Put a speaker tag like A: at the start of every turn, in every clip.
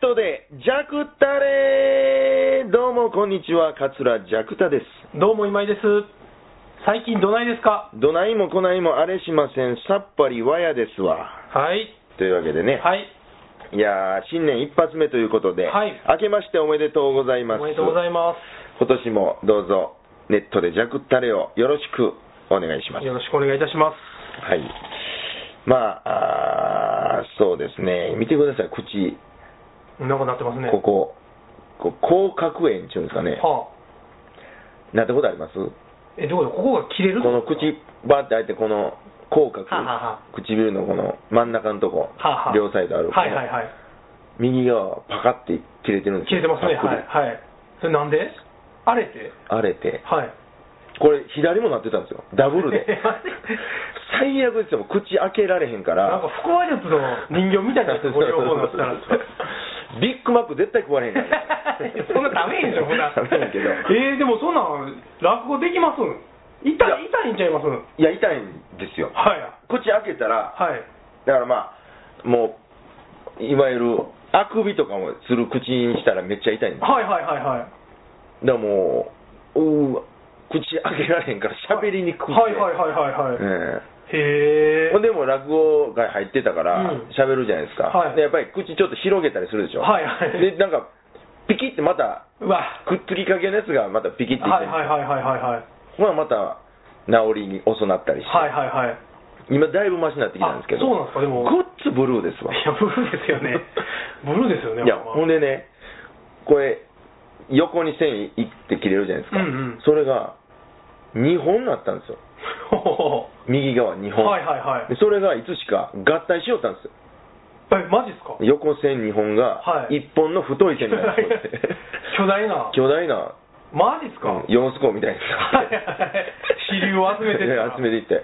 A: ジャクタレどうもこんにちは、桂ジャクタです。
B: どうも今井です。最近どないですか
A: どないもこないもあれしません、さっぱりわやですわ。
B: はい。
A: というわけでね、
B: はい。
A: い、やー、新年一発目ということで、
B: はい
A: 明けましておめでとうございます。
B: おめでとうございま。
A: 今年もどうぞ、ネットでジャクタレをよろしくお願いしますす。
B: よろしくお願いいたします。
A: はい。まあ、あーそうですね、見てください、口、
B: なんかなってますね。
A: ここ、こう広角炎っていうんですかね、
B: は
A: なったことあります
B: あ。え、どういうことここが切れる
A: この口バーって開いてこの口角
B: はあはあはあ
A: 唇のこの真ん中のとこ
B: はあはあ
A: 両サイドある
B: はいはいはい。
A: 右側はパカって切れてるんです
B: 切れてますね。
A: パッ
B: はい。はい。それなんであれて
A: と荒れて
B: はい。
A: これ左もなってたんですよダブル で最悪ですよもう口開けられへんか
B: なん
A: ら
B: か腹話術の人形みたいなやつ、ご両方なったら。
A: ビッグマック絶対食われへんからね
B: そんなダメでしょ、ほら。
A: 食べへんけど
B: えー、でもそんなん、落語できます痛い、痛いんちゃいますはい
A: や痛いんですよ
B: い。
A: 口開けたら
B: はい。
A: だからまあもういわゆるあくびとかもする口にしたらめっちゃ痛いんです
B: はいはいはいはい。
A: だからもう、うー口開けられへんから喋りにくくて、
B: はいはいはいはいはい。
A: ええ
B: へえ。
A: ほんでもう落語会入ってたから
B: うん
A: 喋るじゃないですか、
B: はい
A: でやっぱり口ちょっと広げたりするでしょ、
B: はいはい
A: でなんかピキってまた
B: うわ。
A: くっつきかけのやつがまたピキっていって、
B: はいはいはいはいはいはい。
A: ほなまた治りに遅なったりして、
B: はいはいはい。
A: 今だいぶマシになってきたんですけど
B: あそうなんですかでも
A: ごっつブルーですわ
B: いや、ブルーですよ ね。ブルーですよね。
A: いや、
B: ほ
A: ほん
B: んま
A: でね、これ、横に線いって切れるじゃないですか、
B: うんうん
A: それが2本になったんですよ、
B: ほほほ
A: 右側2本、
B: はいはいはい
A: でそれがいつしか合体しよったんですよ、
B: え、マジっすか
A: 横線2本が
B: はい
A: 1本の太い線になって、
B: 巨大な。
A: 巨大な
B: マジっすか、
A: ヨスコみたいな
B: はいはい支流を集めてったら
A: 集めていって。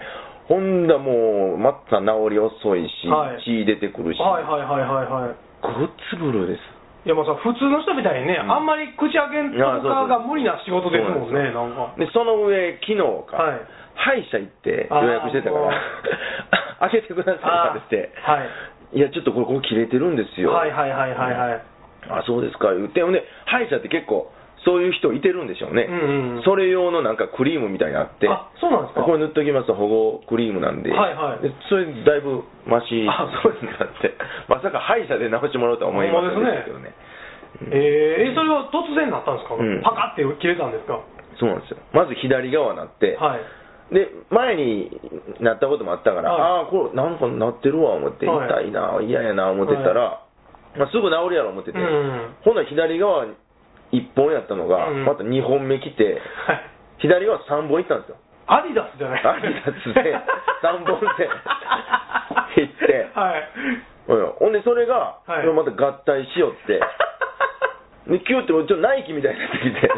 A: ほんだもう、また治り遅いし、
B: はい
A: 血出てくるし、
B: はいはいはいはいはい。
A: ごっつぶるです。
B: いやまあさ普通の人みたいにね、あんまり口開けんと
A: ああそうそう
B: かが無理な仕事ですもんね、なんか。
A: でその上、昨日か、
B: はい
A: 歯医者行って予約してたから、 開けてくださいって言われて、、
B: あはい
A: や、ちょっとこれ、ここ切れてるんですよ、
B: はいはいはいはいはい。
A: あそうですか、言って、ほんで、歯医者って結構、そういう人いてるんでしょうね、
B: うんうん
A: それ用のなんかクリームみたいなのあって、
B: あそうなんですか
A: これ塗っときますと保護クリームなんで、
B: はいはい
A: でそれ、だいぶマシにな
B: あそうですか
A: って、 まさか歯医者で直してもらうとは思いませんでしたけどね。
B: えー、えそれは突然なったんですか、
A: うん
B: パカって切れたんですか
A: そうなんですよまず左側になって、
B: はい
A: で前になったこともあったから、
B: はい
A: ああ、これ、なんかなってるわ思って、
B: はい
A: 痛いな、嫌やな思ってたら、まあ、すぐ治るやろ思ってて、
B: うんうん
A: ほんなら左側1本やったのが、
B: うん
A: また2本目来て、
B: はい
A: 左側3本いったんですよ、
B: アディダスじゃない
A: アディダスで三本 で行って
B: はい
A: うんほんで、それが、
B: はい
A: それまた合体しよ って、でキューって、ちょっとナイキみたいになってき て。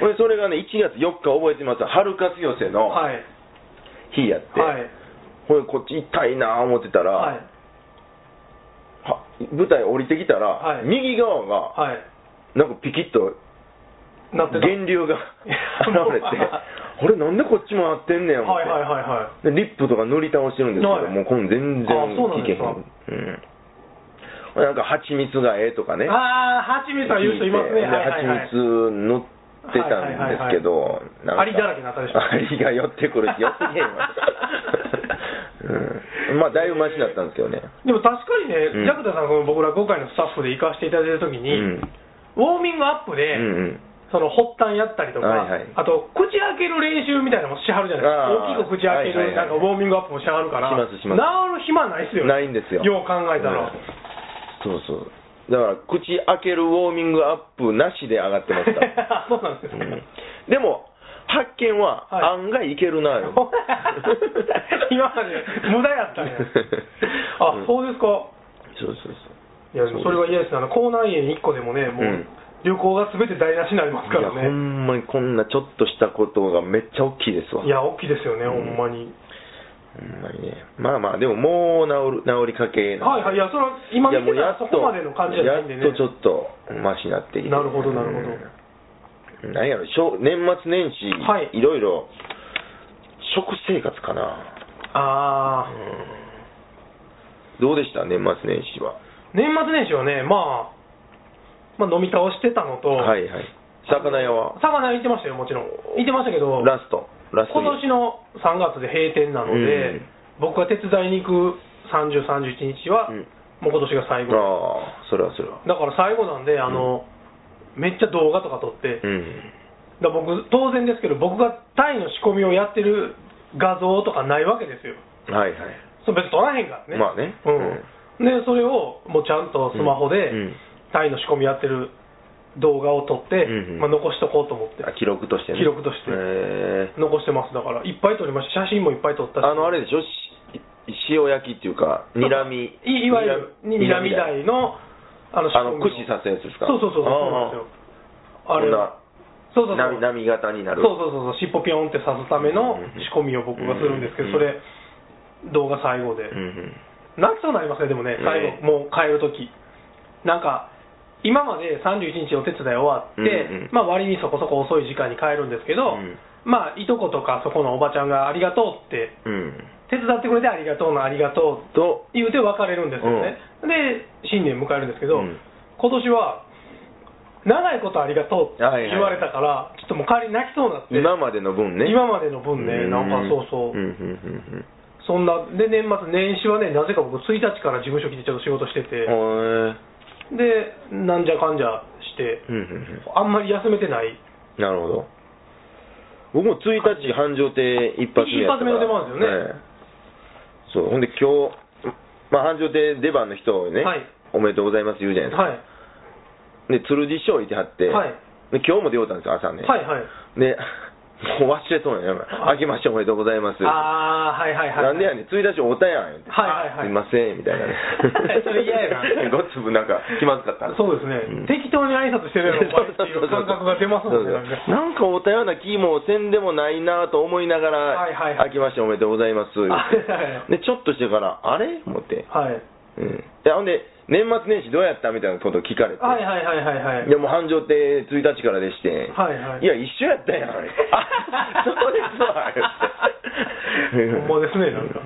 A: ほんでそれがね、1月4日覚えてます、春活寄せの
B: はい
A: 日やって、
B: はい
A: ほんでこっち痛いな思ってたら、
B: はい
A: は舞台降りてきたら、
B: はい
A: 右側が
B: はい
A: なんかピキッと
B: なってた
A: 源流 が現れてあれなんでこっちもなってんねん思っ
B: はい
A: て、
B: はいはいは
A: でリップとか塗り倒してるんですけど、
B: はい
A: もうこの全然
B: あそうなん
A: 効けへ
B: で
A: ん
B: すか
A: うんほんでなんか蜂蜜がええとかね
B: いああ蜂蜜は言う人いますね
A: 聞いて
B: はいはいはい
A: 蜂蜜塗ってたんですけど、なんか
B: アリだらけになったでしょ
A: アリが寄ってくるし寄ってけへん わうんまあだいぶマシだったんですけどね
B: でも確かにね、
A: うん
B: ジャクタさん、この僕ら5回のスタッフで行かせていただいたときに、
A: うん
B: ウォーミングアップで、
A: うんうん
B: その発端やったりとか、
A: はいはい
B: あと口開ける練習みたいなのもしはるじゃないですか、
A: あー
B: 大きく口開け
A: はいはい
B: る、
A: は
B: ないんかウォーミングアップもしはるから、
A: しますします
B: 治る暇ないですよね、
A: ないんですよ
B: よう考えたら。
A: うんそうそうだから口開けるウォーミングアップなしで上がってますから、
B: そうなんです
A: う
B: か、
A: んでも発見は
B: は
A: 案外いけるな よ、。
B: 今まで無駄やったねあ、そうですか。
A: そうそう
B: いや、
A: そうです
B: それは嫌ですね。あの、口内炎1個でもね、もう、
A: うん
B: 旅行がすべて台無しになりま
A: そ
B: すか
A: ういや
B: ら
A: ほ
B: ね。
A: んまにこんなちょっとしたことがめっちゃ大きいですわ
B: いや、大きいですよね、ほんまに。
A: ほんまにねまあまあでももう治る治りかけなんで
B: はいはい、いや、それは今見
A: いやもうやっ
B: てたらそ
A: と
B: こまでの感じじゃないんで
A: や
B: ね。
A: っとちょっとマシになってきて
B: なるほどなるほ
A: う
B: ど
A: んなんやろしょ年末年始、
B: はい
A: いろいろ食生活かな
B: ああ、
A: どうでした年末年始は。
B: 年末年始はね、まあ、まあ飲み倒してたのと、
A: はいはい。魚屋は
B: 魚屋行ってましたよ、もちろん。行ってましたけど、
A: ラスト。ラスト
B: 今年の3月で閉店なの
A: う
B: で、
A: ん
B: 僕が手伝いに行く30、31日は、
A: うん
B: もう今年が最後、
A: ああ、それはそれは。
B: だから最後なんで、あのめっちゃ動画とか撮って、
A: うん。
B: だから僕、当然ですけど、僕がタイの仕込みをやってる画像とかないわけですよ、
A: はいはい。
B: それ別に撮らへんからね、
A: まあね
B: うんでそれをもうちゃんとスマホで、
A: うんうん
B: タイの仕込みやってる動画を撮って、
A: うんうん
B: まあ、残しとこうと思って
A: あ、記録としてね。
B: 記録として
A: へえ
B: 残してます、だから、いっぱい撮りました、写真もいっぱい撮ったし。
A: あの、あれでしょし塩焼きっていうか、にらみ。
B: いいわゆるににらみ
A: だ
B: 台のあの
A: あの
B: 仕込み
A: 串刺すやつですか
B: そうそうそうそう
A: ああ
B: そうなんですよあれ
A: こん
B: は
A: な
B: そうそうそ
A: 波
B: う
A: 波型になる
B: そうそうそうそう尻尾ピョンって刺すための
A: うんうんうん
B: 仕込みを僕がするんですけど、
A: うんうんうん
B: それ動画最後で、
A: うんうん
B: 泣きそうになりますねでもね最
A: ね
B: 後、もう帰る時なんか今まで31日お手伝い終わって、
A: うんうん
B: まあ、割にそこそこ遅い時間に帰るんですけ
A: う
B: ど、
A: ん
B: まあいとことかそこのおばちゃんがありがとうって
A: うん
B: 手伝ってくれてありがとうのありがとうって
A: と
B: 言うて別れるんですよね、で新年迎えるんですけど、
A: うん
B: 今年は長いことありがとうって
A: はいはい
B: 言われたから、ちょっともう帰り泣きそうになって
A: 今までの分ね
B: 今までの分ね
A: う
B: なんかそうそう、
A: んうん
B: そんなで年末年始はねなぜか僕1日から事務所来てちょっと仕事してて、
A: うんうんへ
B: でなんじゃかんじゃして
A: え、うんうんうん
B: あんまり休めてない
A: なるほど僕も1日繁盛亭一発目やったから
B: 一発目の出番です
A: え
B: よね
A: えそうほんで今日、まあ、繁盛亭出番の人をね、
B: はい
A: おめでとうございます言うじゃないですか、
B: はい
A: で鶴寺師匠いてはって、
B: はい
A: で今日も出ようたんですよ朝ね、
B: はいはい
A: で、 もう忘れそうやね。明けましておめでとうございます。
B: ああはいはいはい
A: なんでやねん、1日おったやん。はい
B: はいはいはい。
A: すいません、みたいなね
B: それ嫌やな
A: ごっつぶなんか気まずかった
B: そうですね、
A: うん
B: 適当に挨拶してるや ろお前っていう感覚が出ますもんねなんか
A: なんかおったような気もせんでもないなと思いながら、
B: はいはいはい
A: 明けましておめでとうございます。
B: はい
A: で、ちょっとしてから、あれ思って。
B: はい
A: うん。で、ほんで、年末年始どうやったみたいなことを聞かれて。
B: はいはいはいはいはい
A: いやもう繁盛って1日からでして、
B: はいはい
A: や一緒やったやんあ れあそうですわ言うて
B: ほんまですねなんか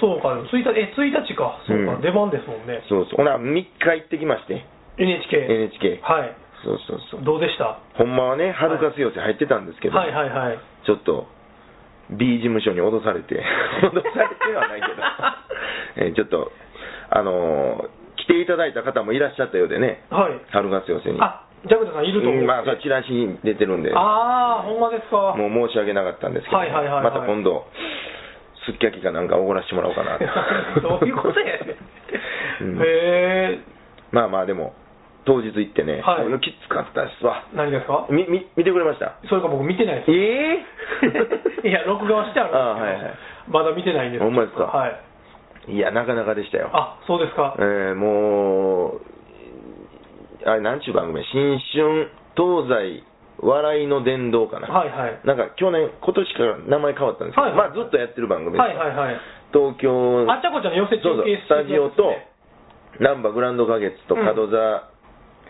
B: そうか1日え1日かそうか、
A: うん
B: 出番ですもんね
A: そうそうほな3日行ってきまして
B: NHK
A: NHK
B: はい
A: そうそうそう
B: どうでした
A: ほんまはね春活寄せ入ってたんですけど、
B: はいはいはい
A: ちょっと B 事務所に脅され て脅されてはないけど、えーちょっとあのー来ていただいた方もいらっしゃったようでね
B: はい
A: 春活寄せに
B: あジャグダさんいると思う、
A: うんまあそれチラシに出てるんで
B: ああほんまですか
A: もう申し訳なかったんですけど、
B: はいはいはいはい
A: また今度、すっき焼きかなんかおごらしてもらおうかな
B: どういうことやね
A: うん
B: んへえ
A: まあまあ、でも、当日行ってね、
B: はい
A: もうきつかったですわ。
B: 何ですか
A: みみ見てくれました
B: それか僕見てないです
A: え
B: いや録画はしてあるんですけど
A: あはいはい
B: まだ見てないんです
A: ほんまですか
B: はい
A: え いや、なかなかでしたよ。
B: あそうですか
A: えーもう、あれ、なんちゅう番組新春、東西、笑いの殿堂かな。
B: はいはい
A: なんか去年、今年から名前変わったんですけど、
B: はいはい
A: まあずっとやってる番組です、
B: はいはいはい
A: 東京
B: あっちゃこっちゃの寄せ
A: そうそ
B: 中
A: う
B: 継
A: スタジオと
B: してるやつですね
A: 難波グランド花月と
B: うん
A: 門座、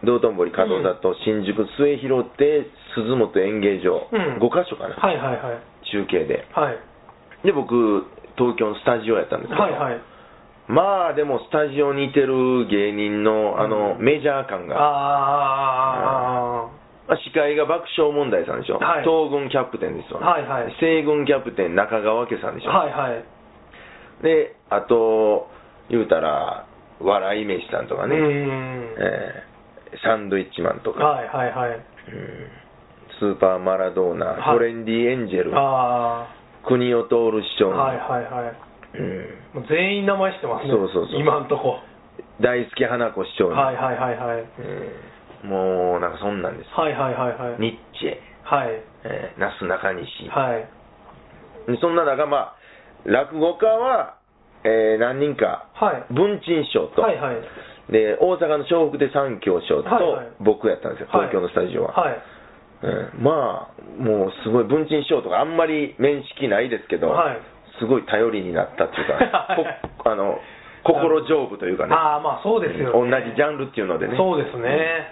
A: 道頓堀門座と新宿末広亭鈴本演芸場、
B: うん
A: 5箇所かな、
B: はいはいはい
A: 中継で
B: はい
A: で僕東京のスタジオやったんですけど、
B: はいはい
A: まあでもスタジオにいてる芸人のあの
B: うん
A: メジャー感が、
B: あ
A: まあ司会が爆笑問題さんでしょ、
B: はい
A: 東軍キャプテンですよ、
B: はいはい
A: 西軍キャプテン中川家さんでし
B: あ
A: ょ、
B: はいはい
A: であと言うたら笑い飯さんとか
B: う
A: ね、
B: ん
A: えーサンドイッチマンとか、
B: はいはいはい
A: うんスーパーマラドーナ、
B: は
A: ト
B: い
A: レンディエンジェル、
B: あ
A: 国を通る師
B: あ
A: 匠、
B: はいはいはい
A: うん
B: もう全員名前知ってますね
A: そうそうそう
B: 今んとこ
A: 大好き花子師匠の、
B: はいはいはいはい
A: うんもうなんかそんなんです、
B: はいはいはいはい
A: ニッチェ、
B: はい
A: えー、なすなかにし、
B: はい
A: でそんな中、まあ、落語家は、えー何人か、
B: はい
A: 文鎮師匠と、
B: はいはい
A: で大阪の笑福亭三京師匠と、
B: はいはい
A: 僕やったんですよ、東京のスタジオは。
B: はい
A: うんまあ、もうすごい、文鎮師匠とかあんまり面識ないですけど、
B: はい
A: すごい頼りになったっていうか
B: はい、
A: こあの心丈夫というかね、
B: ああまあそうですよ、
A: うん同じジャンルっていうのでね、
B: そうですね、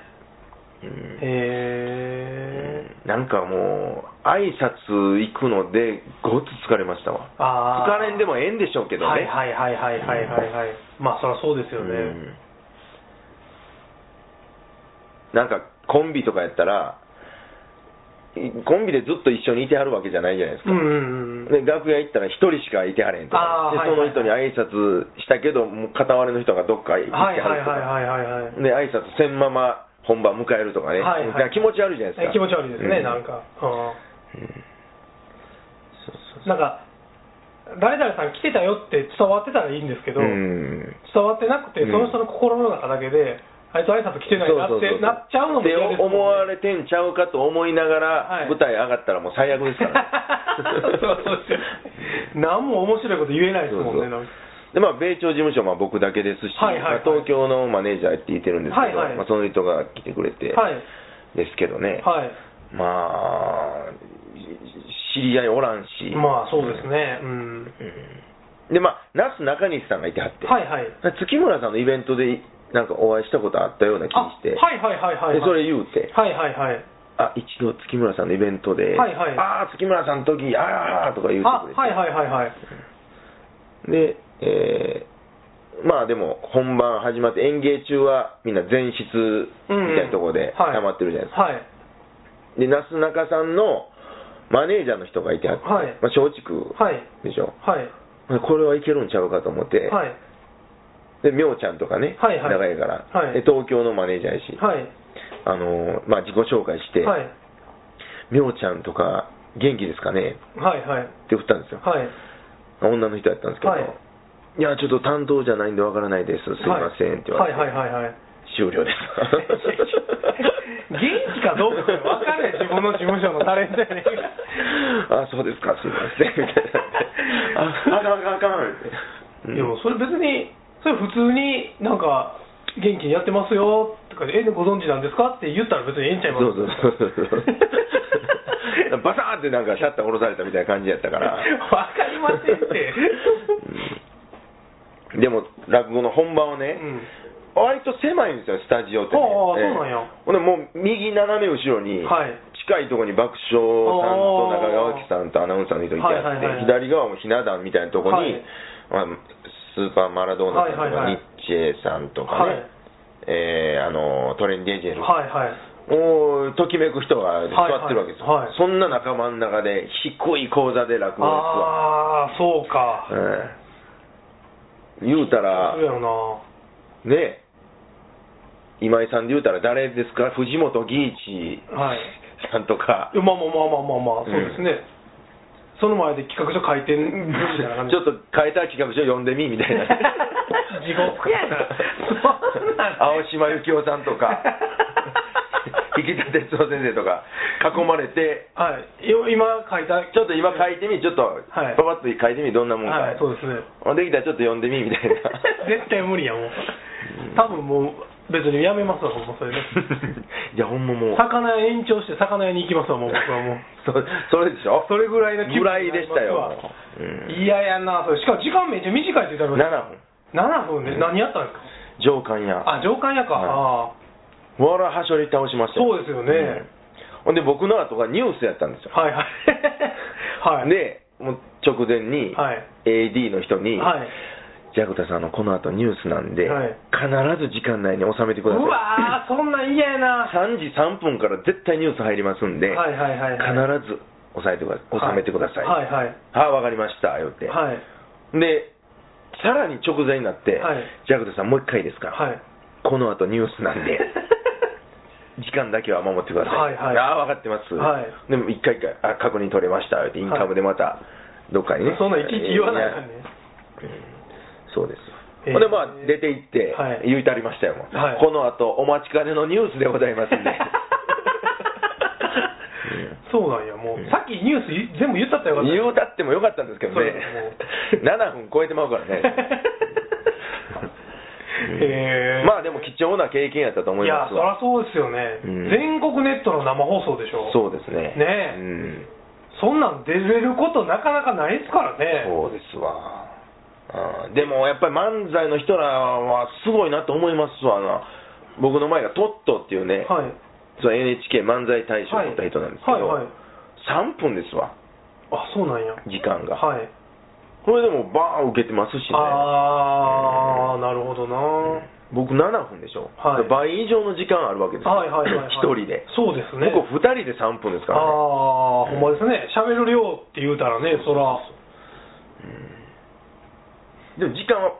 A: うん
B: へえ
A: うんなんかもう、挨拶行くので、ごっつ疲れましたわ。
B: あ
A: 疲
B: ー
A: れんでもええんでしょうけどね。
B: はいはいはいはいはいはいはい、まあそりゃそうですよね、
A: うんなんかコンビとかやったら、いコンビでずっと一緒にいてはるわけじゃないじゃないです
B: う
A: か。
B: んうんう
A: で
B: ん
A: 楽屋行ったら一人しかいてはれんとか
B: あー
A: で
B: は
A: そ
B: いはい
A: の人に挨拶したけど、もう片割れの人がどっか行っては
B: はい
A: ると
B: は
A: か、
B: いはいはいはいはい
A: で挨拶せんまま本番迎えるとかね、
B: はいはい
A: なんか気持ち悪いじゃないですか。
B: え気持ち悪いですね、
A: う
B: なんか、う、
A: そうそうん
B: なんか誰々さん来てたよって伝わってたらいいんですけど、
A: うん
B: 伝わってなくて、
A: うん
B: その人の心の中だけで、あいつ挨拶来てないなっ
A: そうそうそうそう
B: てなっちゃうのも嫌です
A: って
B: もん
A: 思わ
B: ね。
A: れてんちゃうかと思いながら、
B: は
A: 舞
B: い
A: 台上がったらもう最悪ですから ね
B: そうそうですよ。何も面白いこと言えないですもんね。
A: そう
B: な
A: そうん
B: か
A: でまあ、米朝事務所はまあ僕だけですし、
B: はいはいはい
A: まあ東京のマネージャーやっていてるんですけど、
B: はいはい
A: まあ、その人が来てくれて
B: はい
A: ですけどね、
B: はい。
A: まあ、知り合いおらんし、
B: まあそうですね。うん。
A: うんで、まあ、那須中西さんがいてはって、
B: はいはい。
A: 月村さんのイベントでなんかお会いしたことあったような気
B: あ、
A: にして、
B: はいはいはいはい。
A: でそれ言うて、
B: はいはいはい。
A: あ一度月村さんのイベントで、
B: はいはい
A: ああ、月村さんの時ああとか言うて
B: あ
A: くれ、て。
B: はいはいはいはい。
A: で、えーまあでも本番始まって演芸中はみんな前室みたいなところで
B: はい
A: 溜まってるじゃないですか、
B: はい。
A: でなすなかさんのマネージャーの人がいてはって、
B: はい
A: まあ、松竹
B: はい。
A: でしょ、
B: はい。
A: これはいけるんちゃうかと思って、
B: はい。
A: でみょうちゃんとかね、
B: はいはい
A: 長いから、
B: はい
A: で東京のマネージャーやし、
B: はい。
A: あのーまあ、自己紹介して、
B: はい。
A: みょうちゃんとか元気ですかね
B: はいはい。
A: って振ったんですよ、
B: はい。
A: 女の人やったんですけど、
B: はい
A: い、やちょっと担当じゃないんでわからないですすいませんって言われて、
B: はいはいはいはい。
A: 終了です
B: 元気かどうか分かれ自分の事務所のタレントやねん
A: あそうですかすいませんみたいなああかんあかんあかんって
B: でもそれ別に、それ普通になんか、元気にやってますよとかで、え、ご存知なんですかって言ったら別にええんちゃいま
A: そう
B: す
A: そうそうそうバサーンってなんかシャッター下ろされたみたいな感じやったから
B: 分かりませんって。
A: でも落語の本番はね、
B: うん
A: 割と狭いんですよスタジオって、ね、
B: ああそうなんや
A: ええほんでもう右斜め後ろに、
B: はい
A: 近いところに爆笑さんと中川家さんとアナウンサーの人いてあって、
B: はいはいはい
A: 左側もひな壇みたいなところに、まあ、スーパーマラドーナさんとか、
B: はいはいは
A: ニ
B: い
A: ッチェさんとかね、
B: はい
A: えーあのトレンディエジェル、
B: はいはい。
A: もうときめく人が座ってるわけですよ、
B: はいはいはい
A: そんな仲間の中で低い講座で落語ですわ、
B: ああ、そうか。
A: ええ言うたら
B: そうやろ
A: ね
B: な。
A: え今井さんで言うたら誰ですか藤本義一
B: はい。
A: さんとか、
B: まあまあまあまあまあまあ、そうですね。その前で企画書書いてんみたいな感
A: ち
B: じ
A: ょっと変えた企画書読んでみみたいな
B: 地獄やなそんなん
A: 青島由紀夫さんとか引田哲夫先生とか囲まれて
B: はい、よ今書いた、
A: ちょっと今書いてみちょっと
B: はい
A: パパッと書いてみどんなもんか、
B: はい、そうですね。
A: あできたらちょっと読んでみみたい な
B: 絶対無理やもん。多分もう、別にやめますわ、ほんまそれで。
A: いやほんまもう
B: 魚屋延長して魚屋に行きますわ、もう僕はもう。
A: そそれでしょ
B: それぐらいの気分
A: ぐらいでしたよ
B: になりますわ
A: うん
B: いややな、それ。しかも時間めっちゃ短いって言ったら、
A: 7分
B: 7分で、何やったんです
A: 上官や
B: かあ、上官やか。あ
A: はわらはしょり倒しました
B: そうですよね
A: うんほんで僕の後がニュースやったんですよ、
B: ーはい はい。はい。
A: でもう直前に
B: はい
A: AD の人に、
B: はい。
A: ジャクタさんあのこの後ニュースなんで、
B: はい
A: 必ず時間内に収めてくだ
B: う
A: さ
B: わー、そんなん嫌やな。
A: い3時3分から絶対ニュース入りますんで、
B: はいはいはいはい。
A: 必ず押さえてくだ収めてください、
B: はいはい。
A: あわかりましたよって、
B: はい。
A: でさらに直前になって、
B: はい
A: ジャクタさんもう一回ですから、
B: はい。
A: この後ニュースなんで時間だけは守ってください、
B: はいはい
A: ああ分かってます、
B: はい
A: でも一回一回あ確認取れましたってインカムでまたどっかにね、
B: そんなんいちいち言わないからね。
A: そうですよ
B: えー
A: ほんでまあ出て行って、
B: はい
A: 言うたりましたよ、もう
B: はい
A: この後お待ちかねのニュースでございますん で
B: そうなんや、もう、さっきニュースい全部言ったったらよかった。
A: 言うたってもよかったんですけど
B: そう
A: ね
B: です
A: 7分超えてまうからね
B: へえ
A: まあでも貴重な経験やったと思
B: い
A: います
B: や、そり
A: わ
B: ゃそうですよね、
A: うん
B: 全国ネットの生放送でしょ。
A: そうですね
B: ねえ
A: うん
B: そんなん出れることなかなかないですからね。
A: そうですわ、うんでもやっぱり漫才の人らはすごいなと思いますわな僕の前がトットっていうね、
B: はい。
A: その NHK 漫才大賞を取った人なんですけど、
B: はいはいはい
A: 3分ですわ
B: あそうなんやは
A: 時間が、
B: い
A: これでもバーン受けてますしね
B: ああなるほどな、
A: 僕7分でしょ、
B: はい
A: 倍以上の時間あるわけですよ、
B: はいはいはい、はい、
A: 1人で、
B: そうですね
A: 僕2人で3分ですからね
B: ああ、ほんまですね、喋る量って言うたらね、そら、
A: でも時間は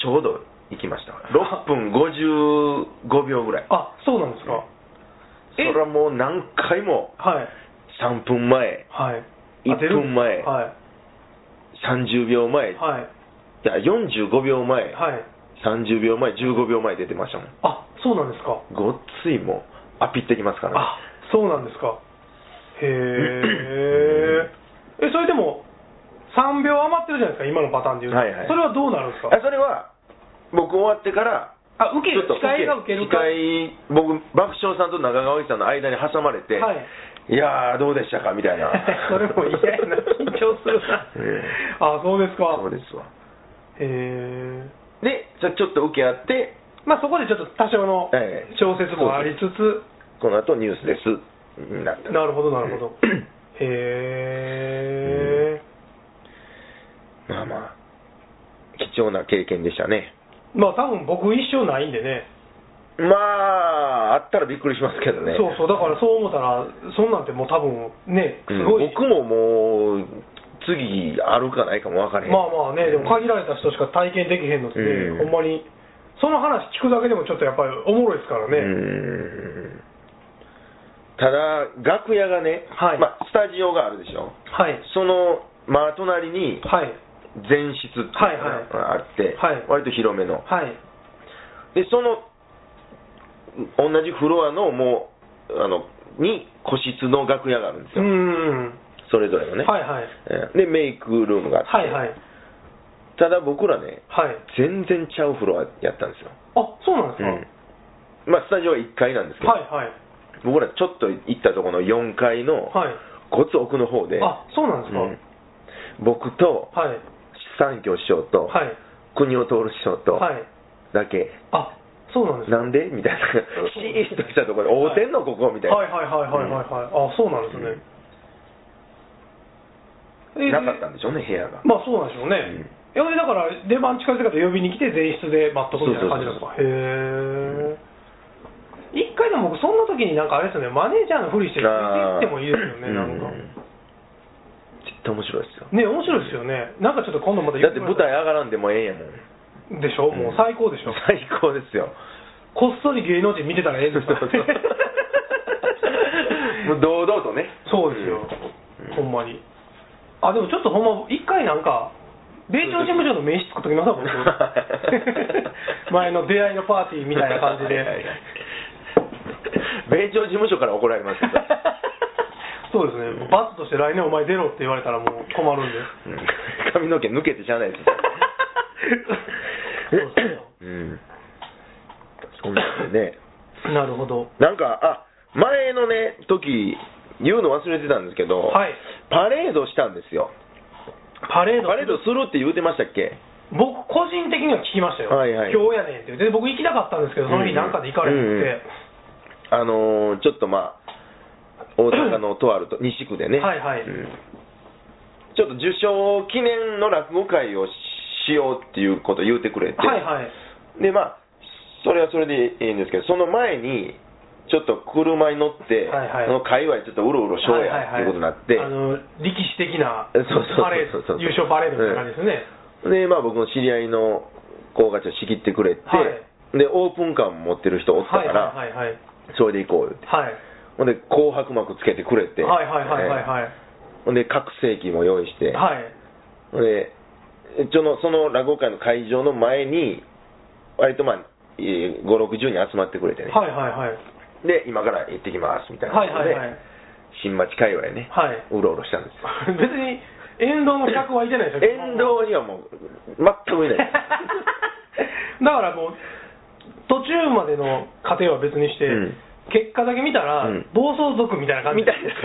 A: ちょうど行きました6分55秒ぐらい
B: あそうなんですか、
A: それはもう何回も
B: はい、
A: 3分前
B: はい、
A: 1分前
B: は
A: 30秒前、
B: い、はい、
A: いや45秒前、
B: はい、
A: 30秒前15秒前出てましたもん
B: あそうなんですか、
A: ごっついもうアピってきますからね
B: あそうなんですか、へえ、 えそれでも、3秒余ってるじゃないですか、今のパターンで言うと、
A: はいはい
B: それはどうなるんですか、
A: あそれは僕終わってから
B: あ受け
A: ちょっ
B: る、
A: と
B: 機会が受けるか、
A: 機会僕爆笑さんと中川さんの間に挟まれて、
B: はい
A: いやーどうでしたかみたいな、
B: それも嫌やな、緊張するな
A: ええ
B: あそうですか
A: そ、うですわ
B: へえ。
A: でじゃあちょっと受け合って
B: まあ、そこでちょっと多少の
A: ええ
B: 調節もありつつ、
A: この後ニュースですになった
B: なるほど、なるほど。へえ、
A: まあまあ貴重な経験でしたね
B: まあ、多分僕、一生ないんでね
A: まああったらびっくりしますけどね
B: そうそう、だからそう思ったら、そんなんてもう多分ね、すごい、
A: うん僕ももう次あるかないかも分からへん
B: まあまあね、でも限られた人しか体験できへんのって、
A: うん
B: ほんまに、その話聞くだけでもちょっとやっぱりおもろいですから
A: う
B: ね、
A: んただ楽屋がね、
B: はい
A: まあ、スタジオがあるでしょ
B: はい、
A: そのまあ隣に
B: はい、
A: 前室っていうのがあって、
B: はいはい
A: 割と広めの、
B: はい、
A: でその同じフロアのもうあのに個室の楽屋があるんです
B: う
A: よ、
B: ん、
A: それぞれのね、
B: はいはい、
A: えーでメイクルームがあって、
B: はいはい、
A: ただ僕らね
B: はい、
A: 全然ちゃうフロアやったんですよ、
B: あそうなんですか、
A: うんまあ、スタジオは1階なんですけど、
B: はいはい、
A: 僕らちょっと行ったところの4階の
B: はい。
A: ごつ奥の方で、
B: あそうなんですか、
A: うん僕と
B: はい
A: 三協師匠と、
B: はい
A: 国を通る師匠と
B: はい
A: だけ、
B: あそうなんですか
A: なんでみたいな、シーンとしたところで、合うてんの、ここみたいな、
B: はいはいはいはいはいはい、あそうなんですね、え
A: なかったんでしょうね、部屋が。
B: まあそうなんでしょうね、いやだから出番近づいたから呼びに来て全員室で待っとくみたいな感じなんですかへえ一回でも僕そんな時になんかあれですよねマネージャーのふりしてついて行ってもいいですよねなんか
A: う絶対面白いですよ。
B: ね面白いですよねなんかちょっと今度また
A: だって舞台
B: 台
A: 上がらんでもええんやもん。
B: でしょもう最高でしょ、
A: 最高ですよ。
B: こっそり芸能人見てたらえ えですから
A: もう堂々とね。
B: そうですよ、ほんまに。あ、でもちょっとほんま、一回なんか、米朝事務所の名刺作っときますわ、僕 前の出会いのパーティーみたいな感じで
A: は。いはいはい 米朝事務所から怒られますけど
B: そうですね、罰として来年お前出ろって言われたらもう困るんで。
A: うん髪の毛抜けてしゃあないです。
B: そうですよ
A: うん。そんなんでね。
B: なるほど。
A: なんか、あ、前のね、時、言うの忘れてたんですけど、
B: はい
A: パレードしたんですよ。
B: パレード
A: パレードするって言うてましたっけ
B: 僕個人的には聞きましたよ、
A: はいはい
B: 今日やねんってで僕行きたかったんですけどその日なんかで行かれな
A: うんうん
B: く
A: あのーちょっとまあ、大阪のとあると西区で
B: て、
A: ね、
B: はいはい、
A: うんちょっと受賞記念の落語会をしようっていうことを言うてくれて、
B: はいはい
A: でまあ、それはそれでいいんですけど、その前に、ちょっと車に乗って、
B: はい
A: そ
B: はい
A: の界隈ちょっとうろうろしようやっていうことになって、
B: はいはいはいあの力士的な
A: そうそうそう
B: パレード
A: そうそうそう
B: 優勝パレードみたいな感じですね、
A: で、まあ、僕の知り合いの子がちょっと仕切ってくれて、
B: はい
A: でオープンカーも持ってる人おったか
B: はい
A: ら、
B: はいはいはい
A: それで行こうよって、
B: はい
A: ほんで、紅白幕つけてくれて、
B: はいはいはいはいはい
A: ほんで、拡声器も用意して、
B: はい
A: ほんでちょのその落語会の会場の前に、割とまあ、えー5、60人集まってくれてね、
B: はいはいはい
A: で、今から行ってきますみたいな
B: はい
A: こと
B: は
A: で、
B: いはい
A: 新町界隈ね、
B: はいう
A: ろうろしたんですよ。
B: 別に沿道の客はいてないで しょ
A: 沿道にはもう、全くいない。
B: だからもう途中までの過程は別にして、
A: うん
B: 結果だけ見たら、
A: うん
B: 暴走族みたいな感じ
A: みたいです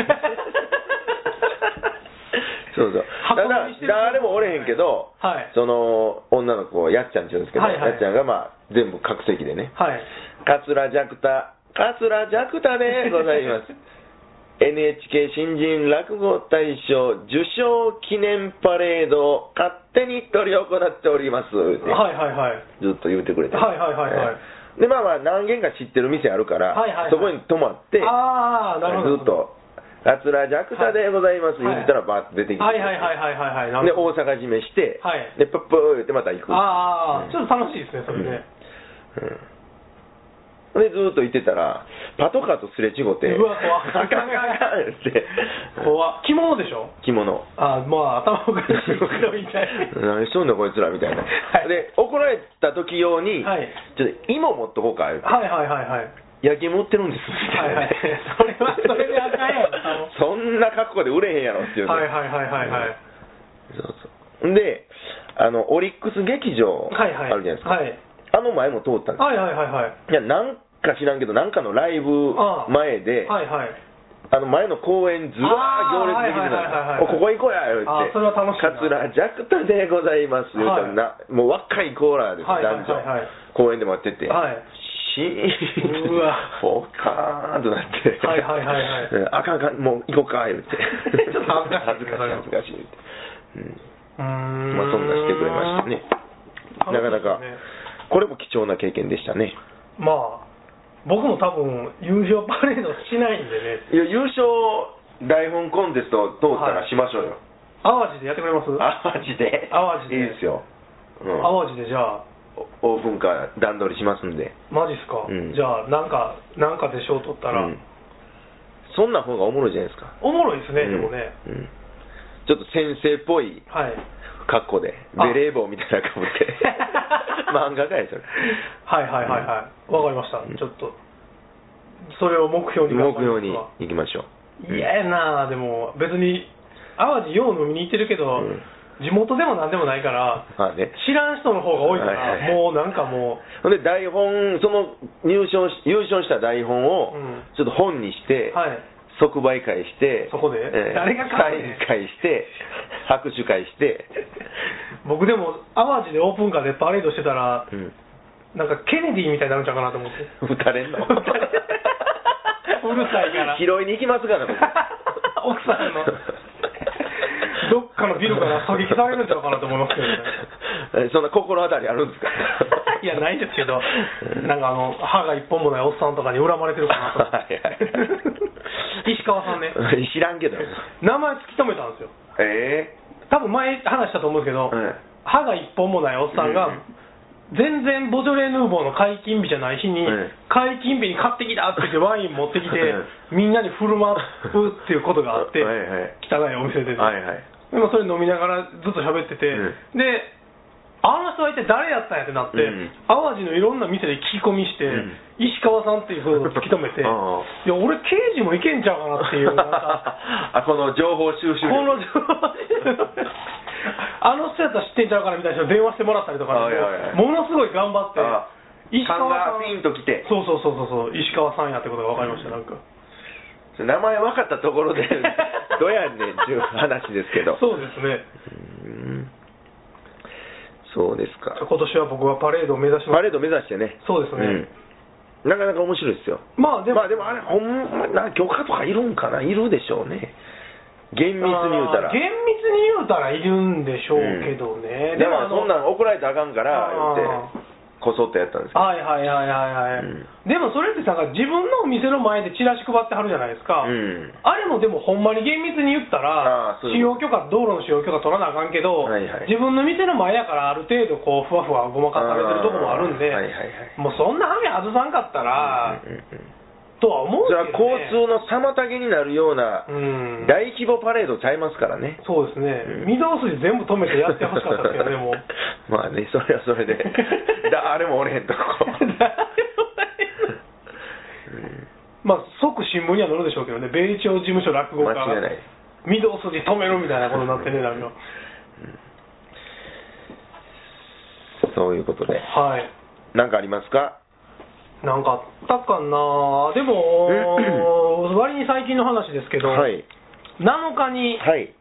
A: そう そう。た
B: 箱
A: だ
B: 乗りして、る
A: 誰もおれへんけど、
B: はい
A: その女の子、やっちゃんって言うんですけど、
B: はいはい
A: やっちゃんが、まあ、全部各席でね、
B: はい
A: 桂ジャクタ、桂ジャクタでございます。 NHK 新人落語大賞受賞記念パレードを勝手に執り行っております、って
B: はいはいはい。
A: ずっと言ってくれて、
B: はいはいはい
A: え
B: はい
A: ーでまあまあ何軒か知ってる店あるから、
B: はいはいはい
A: そこに泊まって
B: ああ、なるほど。
A: ずっと「ラツラジャクサでございます」
B: はい
A: 言ったらバーッと出てきて、
B: はいはいはいはいはいはい。
A: で大阪締めして、
B: はい
A: でプップー言ってまた行く
B: ああ、ちょっと楽しいですね、それね。
A: うんでずーっと行ってたらパトカーとすれ違って
B: うわ怖 っ
A: あかんあかんあかん」って
B: 怖っ着物でしょ
A: 着 物
B: ああ、まあ頭おかしいけどみたい な。
A: 何しとんのこいつらみたいな、
B: はい
A: で怒られた時用に、
B: はい
A: ちょっと芋持っとこうか、
B: はいはいはいはい。
A: 焼き芋売ってるんですみたいな、
B: はいはいそれはそれであかんやろ
A: そんな格好で売れへんやろっていう、
B: はいはいはいはいはい。
A: そうそうであのオリックス劇場あ
B: はいはい。
A: るじゃないですか、
B: はい。
A: あの前も通ったんです
B: はいはいはいはい。
A: いやなんか知らんけどなんかのライブ前であ
B: はいはい。
A: の前の公演ずわー行列できてた
B: あ
A: ん
B: ーはいはいは
A: ですよ
B: いはいはい
A: おここ行こうや言って
B: あーそれは楽しいな
A: 桂ジャクタでございます」言うたらな、もう若いコーラーです、
B: はいはいはいはい
A: 男女公演でもやってて、
B: はい
A: シーン
B: うわ
A: ポカーンとなって
B: はいはいはいはい
A: うん あかんあかんもう行こうか言って
B: ちょっと恥
A: 恥
B: ずかしい
A: ずかしい恥ずかしい言ってうん
B: うー ん。
A: まあそんなしてくれましたね。なかなか
B: 楽しいですね、
A: これも貴重な経験でしたね。
B: まあ、僕も多分、友情パレードしないんでね、
A: いや、優勝台本コンテスト通ったらしましょうよ。
B: 淡路でやってくれま す
A: 淡路で。
B: 淡路で
A: いいですよ。うん
B: 淡路でじゃあ、
A: おオープンカー段取りしますんで。
B: マジっすか、
A: うん
B: じゃあ、なんか、なんかで賞取ったら、
A: うんそんな方がおもろいじゃないですか。
B: おもろいですね、
A: うん
B: でもね。
A: うんちょっと先生っぽい
B: はい。
A: 格好で、
B: あ
A: ベレー帽みたいなかぶ って。漫画家やそれ。
B: はいはいはいはい。わかりました、ちょっと。それを目標に
A: 目
B: 頑張りますわ
A: 標に行きましょう。
B: 嫌やなでも別に淡路よう飲みに行ってるけ
A: う
B: ど、
A: ん
B: 地元でも何でもないから
A: まあね。
B: 知らん人の方が多いから、
A: はいはいはい
B: もうなんかも
A: ほんで台本、その入賞し優勝した台本を
B: うん
A: ちょっと本にして
B: う、、はい、
A: 即売会して、
B: そこで
A: えー
B: 誰が買うねん
A: サイン会して、拍手会して、
B: 僕でも淡路でオープンカーでパレードしてた
A: う
B: ら
A: ん、
B: なんかケネディみたいになるんちゃうかなと 思って
A: 撃たれんの。
B: 撃たれんうるさいから
A: 拾いに行きますから、僕
B: 奥さ んのどっかのビルから狙撃されるんちゃうかなと思いますけどね
A: えそんな心当たりあるんですか
B: いやないですけどなんかあの歯が一本もないおっさんとかに恨まれてるかなと思っ
A: はいはい
B: て石川さんね
A: 知らん けど。
B: 名前突き止めたんですよ
A: え
B: 多分前話したと思うんですけど、
A: うん
B: 歯が一本もないおっさんが、
A: うん
B: 全然ボジョレ・ヌーボーの解禁日じゃない日に、
A: うん
B: 解禁日に買ってきたって言ってワイン持ってきて、みんなに振る舞うっていうことがあって、
A: はいはい
B: 汚いお店で、
A: ー、はいはい。
B: でもそれ飲みながらずっと喋ってて、
A: う
B: であの人は一体誰やったんやってなって、
A: うん
B: 淡路のいろんな店で聞き込みして、
A: うん
B: 石川さんっていうふうを突き 止めてい
A: あ
B: や
A: あ
B: 俺刑事もいけんちゃうかなっていうなんか
A: あこの情報収集
B: こ
A: 力
B: の あの人やったら知ってんちゃうからみたいな人に電話してもらったりとか
A: はいはいはい
B: ものすごい頑張って
A: あ
B: 石
A: 勘
B: 川さ
A: が
B: ん
A: ピンときて
B: そうそうそうそうそう石川さんやってことが分かりました、なんか
A: 名前分かったところ でどやんねんっていう話ですけどう
B: そうですね
A: んそうですか
B: 今年は僕はパレードを目指しま
A: パ
B: す
A: レード目指してね
B: そうですね、
A: うんなかなか面白いですよ
B: まあでも、
A: まあでもあれほんまな許可とかいるんかないるでしょうね厳密に言うたら
B: あー厳密に言うたらいるんでしょうけどね、
A: でもそんなんん怒られたらあかんから言
B: あ
A: ってこそっとやったんですけど
B: はいはいはいはいはい、
A: うん
B: でもそれってさ自分のお店の前でチラシ配ってはるじゃないですか、
A: うん
B: あれもでもほんまに厳密に言ったら
A: あーそう
B: 使
A: いう
B: 用
A: こ
B: 許可道路の使用許可取らなあかんけど、
A: はいはい
B: 自分の店の前やからある程度こうふわふわごまかされてるとこもあるんで、
A: あーはいはいはい
B: もうそんな雨外さんかったら、
A: うんうん
B: とは思う
A: そ
B: け
A: れ
B: ど、
A: は
B: ね、
A: 交通の妨げになるような
B: うん
A: 大規模パレードちゃいますからね。
B: そうですね、御堂筋全部止めてやってほしかったですけどねもう
A: まあね、それはそれ で、誰もおれへんとこ。
B: まあ即新聞には載るでしょうけどね米朝事務所落語家
A: 間違いない
B: 御堂筋止めろみたいなことになってねなんか
A: そういうことで。
B: はい
A: なんかありますか
B: なんかあったかなで も割に最近の話ですけど、
A: はい。
B: 7日に
A: はい。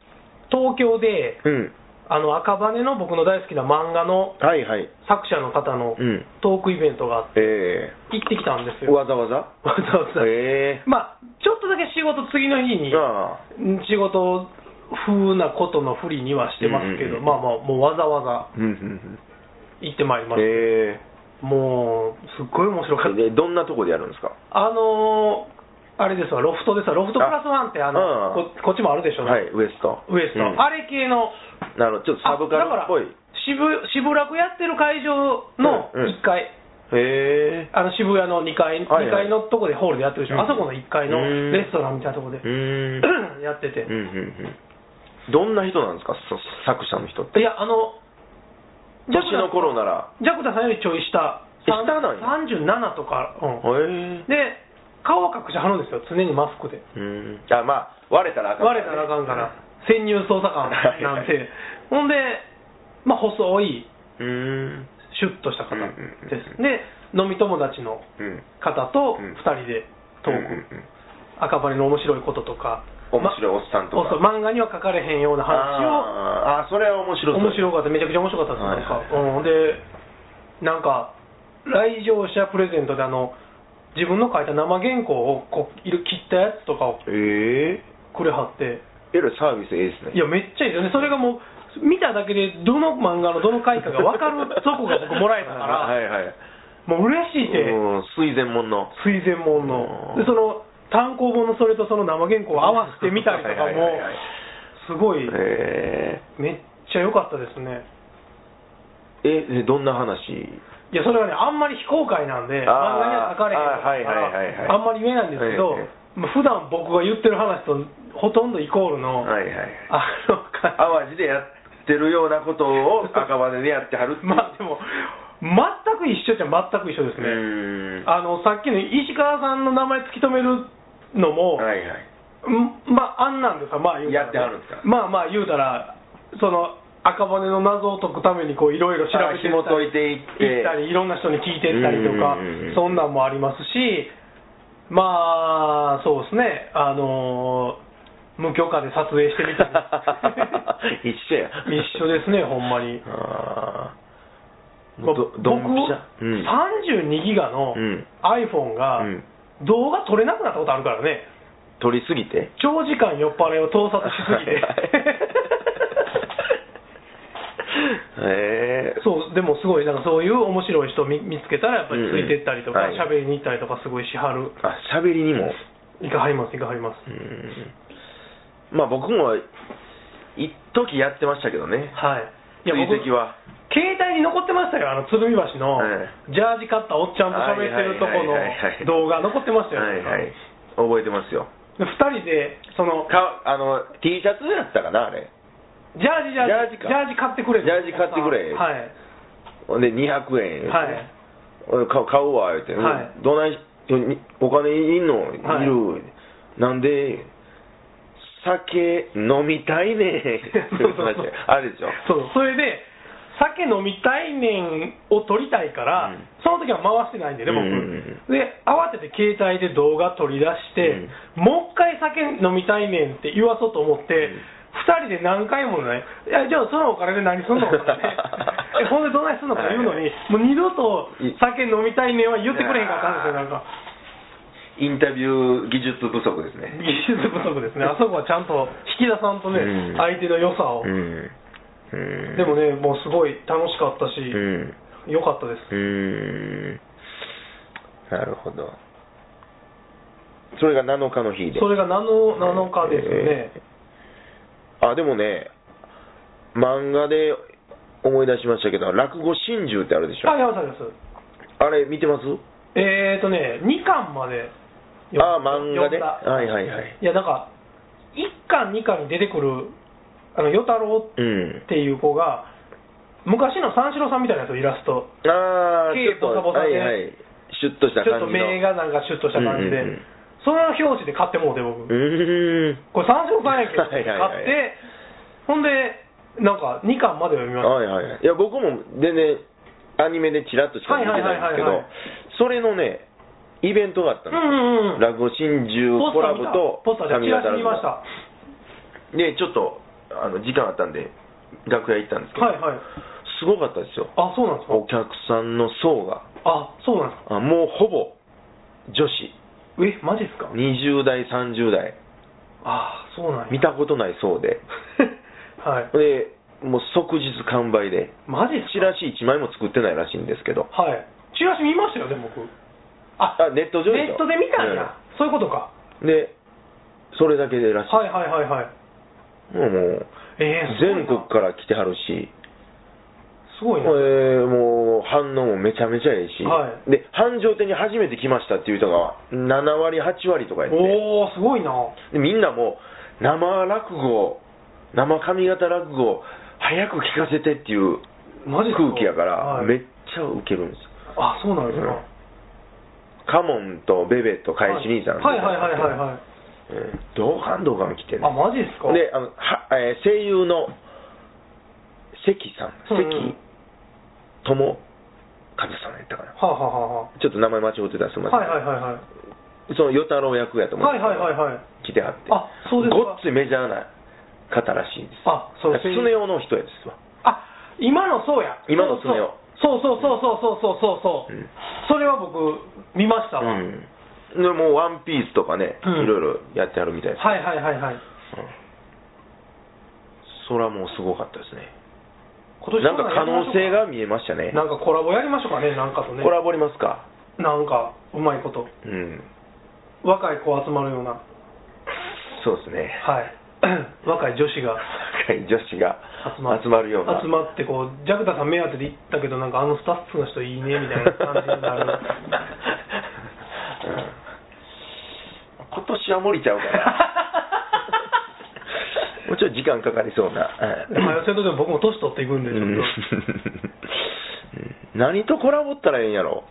B: 東京で
A: うん。
B: あの赤羽の僕の大好きな漫画の
A: はいはい。
B: 作者の方の
A: うん
B: トークイベントがあって
A: え
B: 行ってきたんで
A: え
B: すよ
A: わざわざ
B: わざわざ
A: ええ
B: まあ、ちょっとだけ仕事、次の日に
A: ああ
B: 仕事風なことのふりにはしてます
A: う
B: けど、
A: んうんうん
B: まあまあ、もうわざわざ
A: うんうん
B: 行ってまいりま
A: うん
B: した、
A: え
B: もう、すっごい面白か
A: ー、
B: った。
A: でどんなとこでやるんですか
B: あのー、あれですわ、ロフトですわ、ロフトプラスワンってあの
A: あ
B: こ、こっちもあるでしょ、
A: はいウエスト
B: ウエスト、
A: うん
B: あれ系の、
A: なるほどちょっとサブカルっぽい
B: あだから渋渋楽やってる会場の
A: うんうん
B: 1階、
A: へえ
B: あの渋谷の2
A: は
B: 階、
A: いはい
B: 二階のとこでホールでやってるでし
A: う
B: ょ、
A: ん
B: あそこの1階の
A: うん
B: レストランみたいなとこで
A: う、ーん
B: やってて、
A: うんうんうんどんな人なんですかそ作者の人って
B: いや、あの、
A: 女子の頃なら
B: ジャクタさんよりちょい下、
A: え下なんや
B: 37とか、うん
A: へ
B: で、顔は隠しはるんですよ、常にマスクで。
A: えうんあまあ割れたらあかん
B: 割れたらあかんから、潜入捜査官なん
A: はいは
B: で、ほんで、まあ、細い、
A: うーん
B: シュッとした方で
A: うん
B: す。で、飲み友達の
A: うん
B: 方と
A: うん
B: 2人でト
A: うんうん
B: ーク、
A: うん
B: 赤羽の面白いこととか、
A: 面白いおっさんと
B: ま
A: か
B: そう漫画には書かれへんような話を、
A: あーあーそれは面白そう
B: 面白かった、めちゃくちゃ面白かったです、なんか。うんで、なんか、来場者プレゼントで、あの、自分の書いた生原稿をこういる切ったやつとかを
A: ええ
B: くれはって、
A: えらいサービスええですね
B: いや、めっちゃいいですよね、それがもう、見ただけで、どの漫画のどの回かが分 かるとこが僕、もらえたか
A: は
B: ら、
A: いはい
B: もう嬉しいて、
A: うん水前門の
B: 水前門の、
A: うん
B: でその単行本のそれとその生原稿を合わせてみたりとか
A: はいはい
B: も
A: はいはい、
B: すごい、
A: え
B: めっちゃ良かったですね。
A: ーええどんな話
B: いやそれはね、あんまり非公開なんで、漫
A: あー
B: 画には書かれへん
A: あーはいはいはいはい
B: から、あんまり言えないんですけど
A: えええ、
B: まあ普段僕が言ってる話とほとんどイコールの、
A: はいはい
B: あの感じ
A: 淡路でやってるようなことを赤羽でやってはるっていう
B: まあでも、全く一緒じゃ全く一緒で
A: う
B: すね。
A: ーん
B: あのさっきの石川さんの名前突き止めるのも、
A: はいはい
B: んまあ、あんなんでさ、まあ言う
A: やっ
B: たら、
A: てはるんですか
B: まあまあ言うたら、その赤羽の謎を解くためにこういろいろ調べて
A: あ紐解いていって
B: 行ったり、いろんな人に聞いてったりとか
A: うんうんうんうん、
B: そんなんもありますし、まあ、そうですね、あのー無許可で撮影してみたり、
A: 一緒や
B: 一緒ですね、ほんまに。
A: あー
B: ま
A: ど
B: あ僕、
A: どんぴしゃうん
B: 32ギガの
A: うん
B: iPhone が
A: うん
B: 動画撮れなくなったことあるからね。
A: 取りすぎて
B: 長時間酔っ払いを盗撮しすぎて
A: へえ
B: そうでもすごいなんかそういう面白い人を見見つけたらやっぱりついてったりとか
A: うんうんはい
B: 喋、りに行ったりとかすごいしはる
A: あ喋りにも
B: いかはりますいかはります、
A: うんまあ僕も一時やってましたけどね
B: はいい
A: 追
B: 僕
A: 跡は
B: 携帯に残ってましたよあの鶴見橋の
A: え
B: ジャージ買ったおっちゃんと喋ってるとこの
A: はいはいはいはい
B: 動画残ってましたよ
A: はいはい覚えてますよ
B: で2人でその
A: かあの T シャツやったかなあれ
B: ジャージジャー
A: ジ
B: ジ
A: ャージか
B: ジャージ買ってくれ
A: ジャージ買ってくれ
B: はい
A: ほんで200円
B: はい
A: 俺買う買うわ言うて、
B: はい
A: うんどないしにお金いんの、
B: はい
A: い、るなんで酒飲みたい ねん
B: そうそうそう
A: あれでしょ
B: そうそれで酒飲みたいねんを撮りたいから、
A: うん
B: その時は回してないんでね、僕、
A: うんうん、
B: で慌てて携帯で動画取り出して、もう一回酒飲みたいねんって言わそうと思って、二人で何回もね、いやじゃあ、そのお金で何すんのとかね えほんでどないすんのとか言うのに、もう二度と酒飲みたいねんは言ってくれへんかったんですよ、なんか、
A: インタビュー技術不足ですね
B: 技術不 足ですね、あそこはちゃんと引田さんとね、
A: うん
B: 相手の良さを、
A: うんうん
B: でもね、もうすごい楽しかったし、
A: うん
B: 良かったです。
A: うんなるほどそれが7日の日で
B: それが 7, 7日ですね、
A: あでもね漫画で思い出しましたけど落語心中ってあるでしょ
B: あ、山さんです。
A: あれ見てます
B: えーとね、2巻まで読ん
A: あ漫画で
B: 読んだ
A: はいはいはい
B: いや、なんか、1巻、2巻に出てくる、あの、与太郎
A: うん
B: っていう子が、昔の三四郎さんみたいなやつイラスト、
A: ああ
B: 毛
A: ちょっ
B: ボサボ
A: と
B: サ
A: は
B: で
A: いはいシュッとした
B: ちょっ
A: 感
B: と
A: じの
B: 目がなんかシュッとした感じで、
A: うんうんうん
B: その表紙で買ってもうて、僕、
A: うーん
B: これ三四郎さんやけ ど、
A: はいはいはい
B: 買って、ほんで、なんか2巻まで読みました。
A: はいはいはいいや僕も全然アニメでちらっとしか見てないんですけ
B: はい
A: ど
B: はいはいはいはい
A: それのねイベントがあった
B: うん
A: の、
B: うんうん。
A: 落語心中コラボと
B: ポスター見たポスターじゃあチラシ見ました。
A: 上方落語
B: は
A: でちょっとあの時間あったんで楽屋行ったんですけど、
B: いはい。
A: すごかったですよ
B: あ、そうなんですか
A: お客さんの層が
B: あ、そうなんですか。
A: あもうほぼ女子
B: えマジっすか
A: 20代、30代、
B: ああそうなんや
A: 見たことないそうで、
B: はい
A: でもう即日完売で、
B: マジっすか
A: チラシ1枚も作ってないらしいんですけど、
B: はいチラシ見ましたよね僕あ
A: あネット上でしょ
B: ネットで見たんや、そういうことか
A: で、それだけでらしい、
B: はいはいはいはい
A: もうもう
B: えー、すごい
A: 全
B: な
A: 国から来てはるし、
B: すご
A: え
B: いな、
A: ーもう反応もめちゃめちゃええし、
B: は
A: で繁盛店に初めて来ましたっていう人が7割、8割とかやって。
B: おおすごいな
A: でみんなもう生落語生上方落語早く聞かせてっていう
B: マジっすか
A: 空気やから、
B: はい
A: めっちゃウケるんですよ
B: あそうなんですか、
A: うんカモンとベベと返し兄さん
B: はいはいはいはいはい
A: えードカンドカン来てね
B: あマジですか
A: であのは、えー声優の関さん
B: うんうん
A: 関友和さんやったかな
B: はあ、はあは
A: ちょっと名前間違ってたらすみ
B: あ
A: ま
B: は
A: せん、
B: あ、はいはいはいはい
A: その与太郎役やと思うんで
B: はい
A: すけ
B: はい
A: ど
B: はいはい
A: 来てはって
B: あそうですか
A: ごっついメジャーな方らしいです
B: あそうです
A: スネ夫の人やですわ
B: あ今のそうや
A: 今のスネ夫
B: そうそうそうそうそうそうそうそう、
A: うん
B: それは僕見ましたわ、
A: うん、でもうワンピースとかね、
B: うん
A: いろいろやってはるみたいです、
B: はいはいはいはい
A: うんそれはもうすごかったですね
B: 今年
A: なんか可能性
B: や
A: が
B: りましょう
A: 見えましたね
B: かなんかコラボやりましょうかねなんかとね
A: コラボりますか
B: なんかうまいこと
A: うん
B: 若い子集まるようなは
A: そうですね
B: い 若い女子が
A: 若い 女子が
B: 集ま
A: 集まるような
B: 集まってこうジャクタさん目当てで行ったけどなんかあのスタッフの人いいねみたいな感じにな る
A: うん今年は無理ちゃうかな もうちょっと時間かかりそうな、うん
B: まあ、そういうとでも僕も年取っていくんで、ちょっと、
A: うん何とコラボったらええんやろ、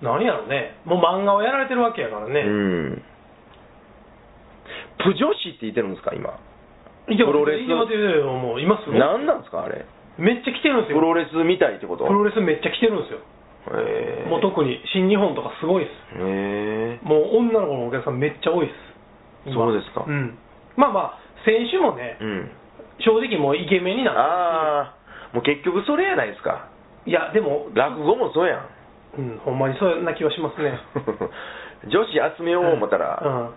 B: 何やろね、もう漫画をやられてるわけやから
A: う
B: ね、
A: んプジョシって言ってるんですか今
B: いても
A: プロレス
B: いてもいてももういますよ、
A: 何なんですかあれ
B: めっちゃ来てるんです
A: プ
B: よ、
A: ロレスみたいってこと
B: プロレスめっちゃ来てるんですよ、
A: へえ
B: もう特に新日本とかすごいです、
A: へえ
B: もう女の子のお客さんめっちゃ多いです、今
A: そうですか
B: うん、まあまあ、選手もね
A: う、ん
B: 正直もうイケメンになっ
A: ああもう結局それやないですか
B: て、いや、でも、
A: 落語もそうやん
B: うん、ほんまにそうな気はしますね。
A: 女子集めよう思ったら、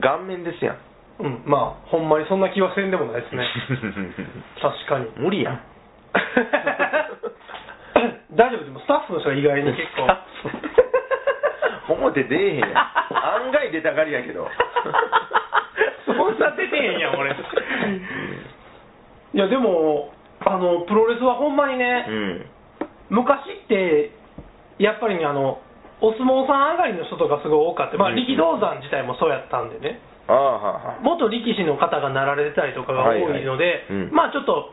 A: 顔面ですや ん
B: うん、うん、まあ、ほんまにそんな気はせんでもないで すね、確かに。
A: 無理やん
B: 大丈夫ですもうスタッフの人が意外に結構
A: 表出えへんやん案外出たがりやけど
B: そんな出てへんやん俺いやでもあのプロレスはほんまに
A: う
B: ね、
A: ん
B: 昔ってやっぱりねあのお相撲さん上がりの人とかすごい多かった、まあ、
A: うん
B: 力道山自体もそうやったんでね
A: ああはあはあ
B: 元力士の方がなられてたりとかが多いので、
A: はいはいうん
B: まあちょっと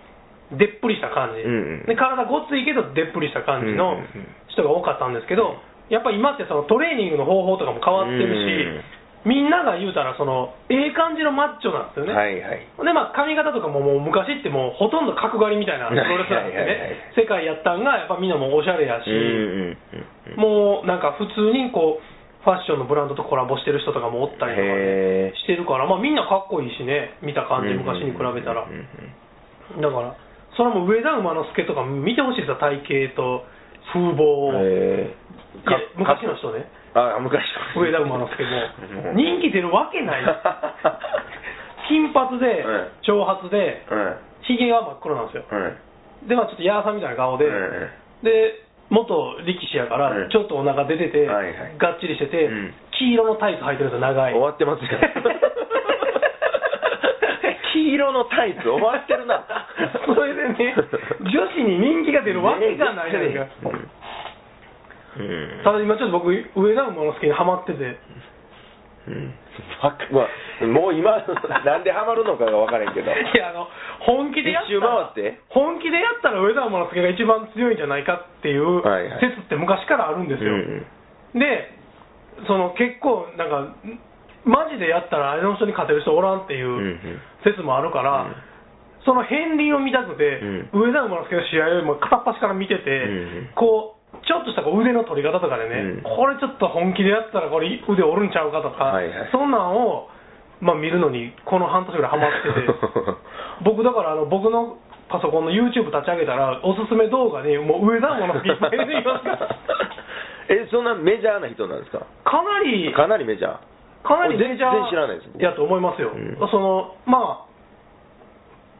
B: でっぷりした感じ、
A: うんうん
B: で体ごっついけどでっぷりした感じの
A: うんうんうん
B: 人が多かったんですけど、やっぱり今ってそのトレーニングの方法とかも変わってるし、みんなが言うたらそのええ感じのマッチョなんですよね、
A: はいはい
B: でまあ、髪型とかももう昔ってもうほとんど角刈りみたいなプロレスなんで
A: はいはいはい
B: ね世界やったんがやっぱみんなもうおしゃれやし、
A: うんうんうん
B: もうなんか普通にこうファッションのブランドとコラボしてる人とかもおったりとかね
A: へえ
B: してるから、まあ、みんなかっこいいしね、見た感じ、昔に比べたら、だか
A: うんうんうん
B: ら、それはもう上田馬之助とか見てほしいですよ、体型と風貌を、い
A: へえ
B: や昔の人ね、
A: あ昔の
B: 上 田馬之助も、
A: 人
B: 人気出るわ けない、金髪で
A: うん、
B: 長髪で、
A: うん
B: ひげが真っ黒なんですよ、
A: うん
B: で、まあ、ちょっとヤーさんみたいな顔で、
A: うん
B: で元力士やか
A: う
B: ら、
A: ん
B: ちょっとお腹出てて、
A: はいはい
B: がっちりしてて、
A: うん
B: 黄色のタイツ履いてるんですよ、長い
A: 終。わってますよ黄色のタイツ終わってるな
B: それでね、女子に人気が出るわけがないじゃないですか。
A: うんうん
B: ただ今ちょっと僕、上田馬之助にハマってて、
A: うんわかまあもう今 なんでハマるのかが分からへんけど
B: いや、あの、本気でやったら
A: 一周回って、
B: 本気でやったら上田馬之助が一番強いんじゃないかっていう
A: はいはい
B: 説って昔からあるんですよ。
A: うん
B: で、その結構、なんか、んマジでやったらあの人に勝てる人おらんってい
A: うん
B: う説もあるから、
A: うん
B: その片鱗を見たくて、
A: う
B: 上田馬之助の試合を今片っ端から見てて、
A: うん
B: こうちょっとしたこう腕の取り方とかでね、
A: うん
B: これちょっと本気でやったらこれ腕折るんちゃうかとか、
A: はいはい
B: そんなんを、まあ、見るのにこの半年ぐらいハマってて 僕だからあの僕のパソコンの YouTube 立ち上げたらおすすめ動画にもう上田馬之助いっぱい出てきますから
A: えそんなメジャーな人なんですか
B: かなり
A: かなりメジャー
B: かなりメジャー
A: 全然知らないです僕
B: やと思いますよ、
A: うん
B: そのまあ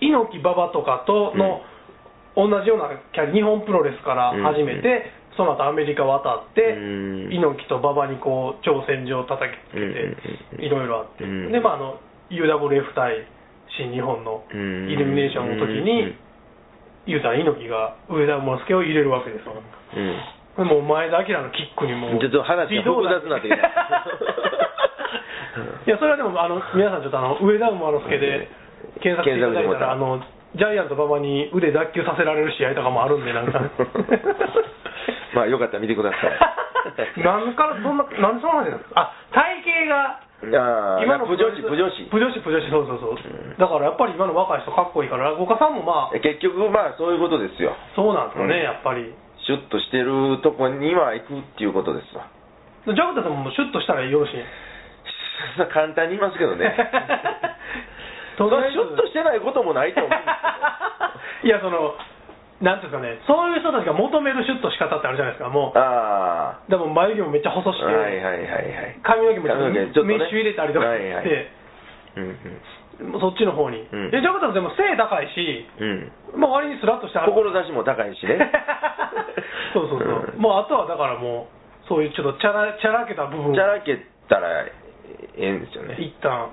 B: 猪木馬場とかとの、同じようなキャリ日本プロレスから始めて、その後アメリカ渡って、
A: うん
B: 猪木と馬場にこう挑戦状を叩きつけ
A: うんうんうんうん
B: ていろいろあって、
A: うん
B: でまああの UWF 対新日本の
A: うん
B: イルミネーションの時
A: う
B: に
A: ん
B: 言うたら猪木が上田桃介を入れるわけですよ
A: うん
B: でもう前田明のキックにもう
A: ちょっと話が
B: 自動だ
A: 複雑になってき た
B: いやそれはでもあの皆さんちょっとあの上田桃之助で検索していただいたらあ
A: 検
B: のジャイアント馬場に腕脱臼させられる試合とかもあるん でなんか
A: まあよかったら見てくださ い
B: なんからそんななんでそんな話なんですかあ体
A: あ
B: 型が
A: あ
B: 今の
A: プジョシプジョシ
B: プジョシプジョシそうそうそう、だからやっぱり今の若い人かっこいいから落語家さんもまあ
A: 結局まあそういうことですよ
B: そうなんですかね、
A: うん
B: やっぱり
A: シュッとしてるとこには行くっていうことですわ
B: ジャクタさんもシュッとしたらよろしい
A: 簡単に言いますけどね そ
B: とりあ
A: れ
B: えず
A: シュッとしてないこともないと思う んです
B: いやそのなんていうんですかねそういう人たちが求めるシュッと仕方ってあるじゃないですかも
A: けどああ
B: うでも眉毛もめっちゃ細して、
A: はいはいはいはい
B: 髪の毛もちょっ
A: 髪の毛ち
B: と
A: ょっとね
B: メッシュ入れたりとか
A: は
B: し
A: いはい
B: て、
A: うんうん
B: もうそっちの方に、
A: うん
B: でジャクタさんでも背高いし、
A: うん
B: まあ、割にスラッとしてあ る
A: 志も高いしね
B: そうそうそう、もうあとはだからもうそういうちょっとチャラチャラけた部分
A: じゃらけたらええんですよね
B: 一旦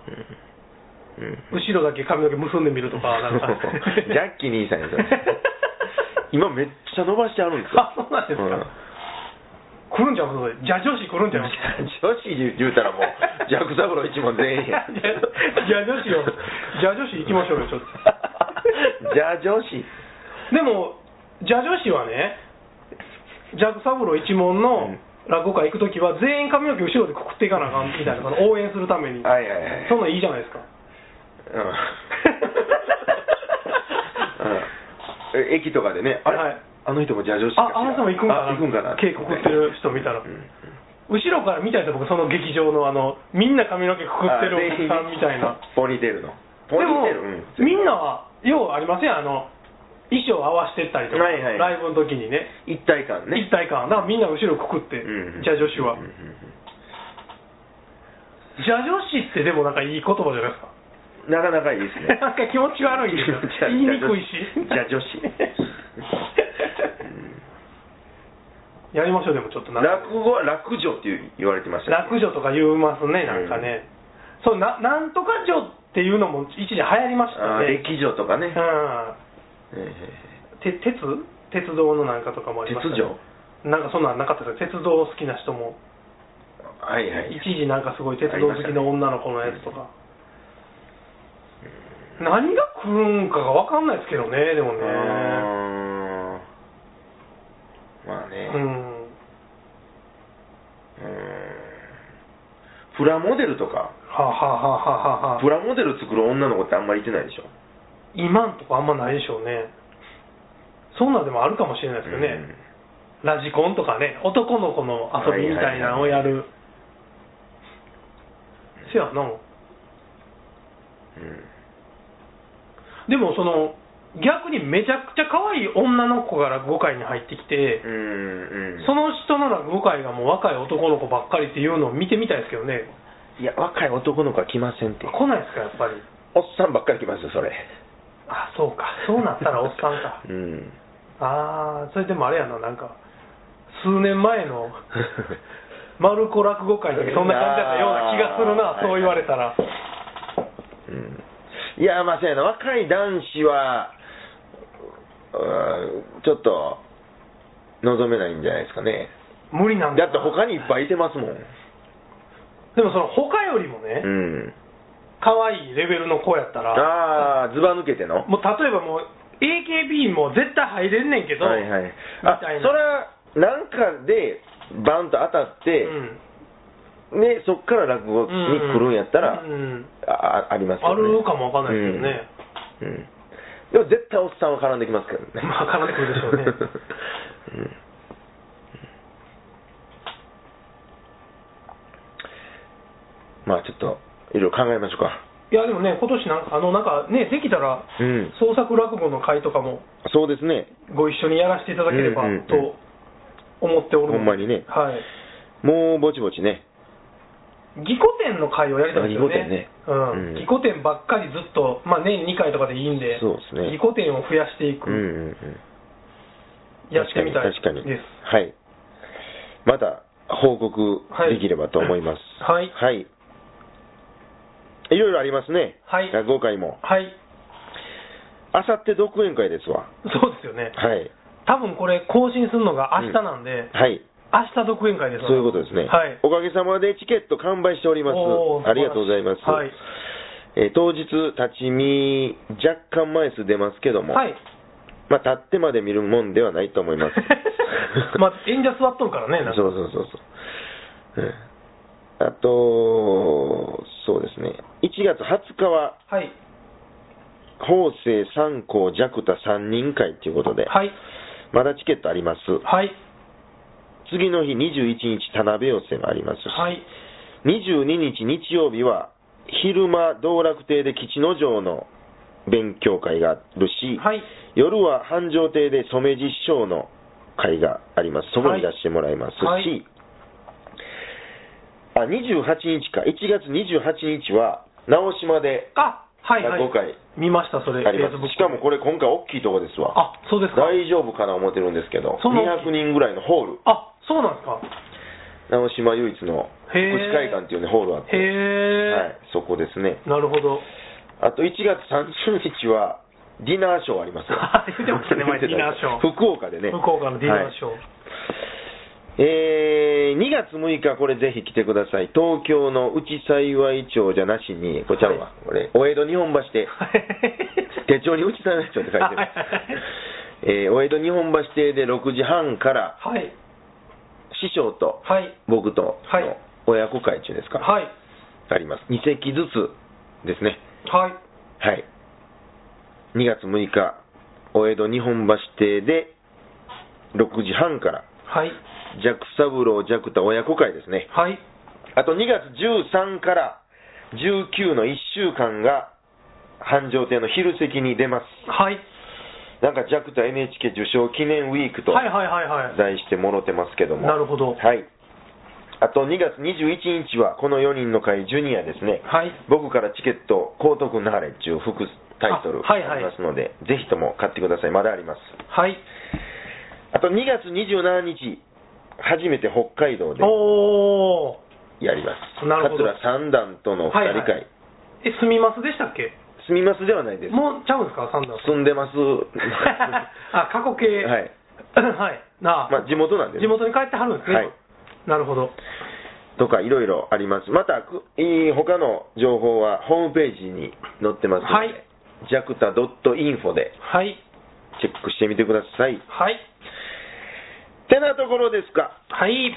A: うんうん
B: 後ろだけ髪の毛結んでみるとかなんか
A: ジャッキー兄さんですよね今めっちゃ伸ばしてあるんですよ
B: あ そうなんですか、
A: うん
B: 来るんちゃいますじゃ女子来るんちゃいます
A: 女子言うたらもうジャックサブロー一問全員
B: じゃ女子よじゃ女子行きましょうよちょっ と
A: じゃあ女子
B: でもじゃ女子はねジャクサブロー一門の落語会行くときは全員髪の毛後ろでくくっていかなあかんみたい なその応援するために、
A: はいはいはい
B: そんなんいいじゃないですか
A: うんうん駅とかでねあれ、
B: はい
A: あの人もじゃあ女子かし
B: あ
A: ら
B: あの人も行くんかな
A: あ行くんかな
B: 稽古食ってる人見た
A: う
B: ら、
A: ん
B: 後ろから見たいですよ僕その劇場のあのみんな髪の毛くくってるお客さんみた いな
A: あ全員ポニーテールの
B: で
A: ポニー
B: も
A: テールうん、
B: みんなはようありませんあの衣装合わせてったりとか、
A: はいはい
B: ライブの時にね
A: 一体感ね
B: 一体感だからみんな後ろくくって、
A: うん
B: じゃあ女子は、
A: うんうんうん
B: じゃあ女子ってでもなんかいい言葉じゃないですか
A: なかなかいいですね
B: なんか気持ち悪いんですよ
A: じゃあ
B: 言いにくいし
A: じゃあ女子
B: やりましょうでもちょっとなんか
A: 落語は落女っていう言われてましたね
B: 落女とか言いますねなんかね、そうななんとか女っていうのも一時流行りました
A: あー
B: ね
A: 歴女とかね、え
B: うんて鉄鉄道のなんかとかもあ
A: え
B: りました、
A: 鉄
B: ね、
A: 女
B: なんかそんなんなかったですよ鉄道好きな人も
A: はいはい
B: 一時なんかすごい鉄道好きの女の子のやつとか、何が来るんかが分かんないですけどねでも
A: う
B: ね
A: ーんまあね
B: う
A: うん
B: ん
A: プラモデルとか
B: はあ、はあはあはあはあ
A: プラモデル作る女の子ってあんまりいてないでしょ
B: 今んとこあんまないでしょうねそんなんでもあるかもしれないですよね、ラジコンとかね男の子の遊びみたいなのをやる、せやな
A: うんうん
B: でもその逆にめちゃくちゃ可愛い女の子が落語会に入ってきて、
A: うんうん
B: その人の落語会がもう若い男の子ばっかりっていうのを見てみたいですけどね
A: いや若い男の子は来ませんって
B: 来ないですかやっぱり
A: おっさんばっかり来ますよそれ
B: あそうかそうなったらおっさんか
A: うん
B: ああそれでもあれやななんか数年前の丸子落語会の時そんな感じだったような気がするな
A: あー
B: そう言われたら、
A: うんいやまあそうやな若い男子はうんちょっと望めないんじゃないですかね
B: 無理なん
A: だ
B: だ
A: って他にいっぱいいてますもんう
B: でもその他よりもね、
A: ん
B: 可愛いレベルの子やったら
A: ああずば抜けての
B: もう例えばもう AKB も絶対入れんねんけど、
A: はいはいあ
B: みたいな
A: それはなんかでバンと当たって、
B: うん
A: ねそっから落語に来るんやったら、
B: うんうん
A: ああありますけど
B: あ
A: ね
B: るかもわかんないですけどね、
A: うん、うんでも絶対おっさんは絡んできますけどね
B: まあ絡んでくるでしょうね
A: うんまあちょっといろいろ考えましょうか
B: いやでもね今年なんかあのなんかねできたら
A: うん
B: 創作落語の会とかも
A: そうですね
B: ご一緒にやらせていただければ
A: うんうんうん
B: と思っておるので
A: ほんまにね
B: はい
A: もうぼちぼちね、
B: 義庫店の会をやりたいですよね。
A: あ
B: うん。
A: 義
B: 義
A: 庫
B: 庫店ばっかりずっと、まあ年2回とかでいいんで、
A: そうですね
B: 義庫店を増やして
A: う
B: い
A: ん
B: く、
A: うんうん、
B: やってみたいです。
A: 確かに、確かにはい、また報告できればと思います。
B: はい
A: はい、いろいろありますね、
B: はい
A: 落語会も、
B: はい。
A: あさって独演会ですわ、
B: そうですよ
A: は
B: ね。
A: い、
B: 多分これ更新するのが明日なんで、
A: はい、
B: 明日独演会ですわ
A: そういうことですね、
B: はい。
A: おかげさまでチケット完売しております
B: お、ー
A: ありがとうございます。
B: はい
A: えー当日、立ち見、若干枚数出ますけども、
B: はい。。
A: まあ、立ってまで見るもんではないと思います
B: まあ演者座っとるからね、なんか
A: そうそうそうそう。うんあと、そうですね。1月20日は、
B: はい。
A: 法政三校弱太三人会ということで、
B: はい。
A: まだチケットあります。
B: はい。
A: 次の日21日、田辺寄せがありますし、
B: はい。
A: 22日日曜日は、昼間、道楽亭で吉之丞の勉強会があるし、
B: はい。
A: 夜は繁盛亭で染め実証の会があります。そこに出してもらいますし、
B: はい
A: あ28日か、1月28日は、直島で
B: あ、はい、はい。
A: 落語会
B: 見ました、それ。
A: ありま
B: Facebook
A: す。しかもこれ、今回大きいとこですわ。
B: あ、そうですか。
A: 大丈夫かな思ってるんですけど、
B: その大き
A: 200
B: い
A: 人ぐらいのホール、
B: あ、そうなんですか。
A: 直島唯一の福
B: へー
A: 祉会館っていうね、ホールあって、
B: へえ、
A: はい、そこですね。
B: なるほど。
A: あと1月30日は、ディナーショーありますよ
B: 言ってましたね前ディナーショー
A: 福岡でね。
B: 福岡のディナーショー。
A: えー2月6日、これぜひ来てください、東京の内幸町じゃなしに、こちらは、これ、お江戸日本橋で、手帳に内幸町って書いて
B: は
A: ます、えーお江戸日本橋邸で6時半から、
B: はい。はい。
A: 師匠と
B: はい。
A: 僕と
B: はい
A: の親子会中ですか、
B: はい。
A: あります、2席ずつですね、
B: はい。
A: はい、2月6日、お江戸日本橋邸で6時半から、
B: はい。
A: ジャックサブロー・ジャクタ親子会ですね。
B: はい。
A: あと2月13から19の1週間が繁盛亭の昼席に出ます。
B: はい。
A: なんか弱太 NHK 受賞記念ウィークと
B: はい
A: 題
B: はいはいはい。
A: してもろてますけども。
B: なるほど
A: はい。あと2月21日はこの4人の会ジュニアですね。
B: はい。
A: 僕からチケット、高徳なはれっちゅう副タイトル
B: あはいは
A: あ
B: い
A: りますので、ぜひとも買ってください。まだあります。
B: はい。
A: あと2月27日、初めて北海道で
B: おー。
A: やります。
B: なるほど
A: 桂三段との2人会。
B: はいはいえ、すみますでしたっけ
A: 住みますではないです。
B: もうちゃうんですか、サンダース。
A: 住んで ます。は
B: あ、過去形。 はい。
A: い。
B: なあ、
A: まあ、地元なんです。
B: 地元に帰ってはるんですね。
A: はい
B: なるほど。
A: とか、いろいろあります。また、くいい他の情報はホームページに載ってますので、
B: はい
A: ジャクタ .info で
B: はい。
A: チェックしてみてください。
B: はい。
A: てなところですか。
B: はい。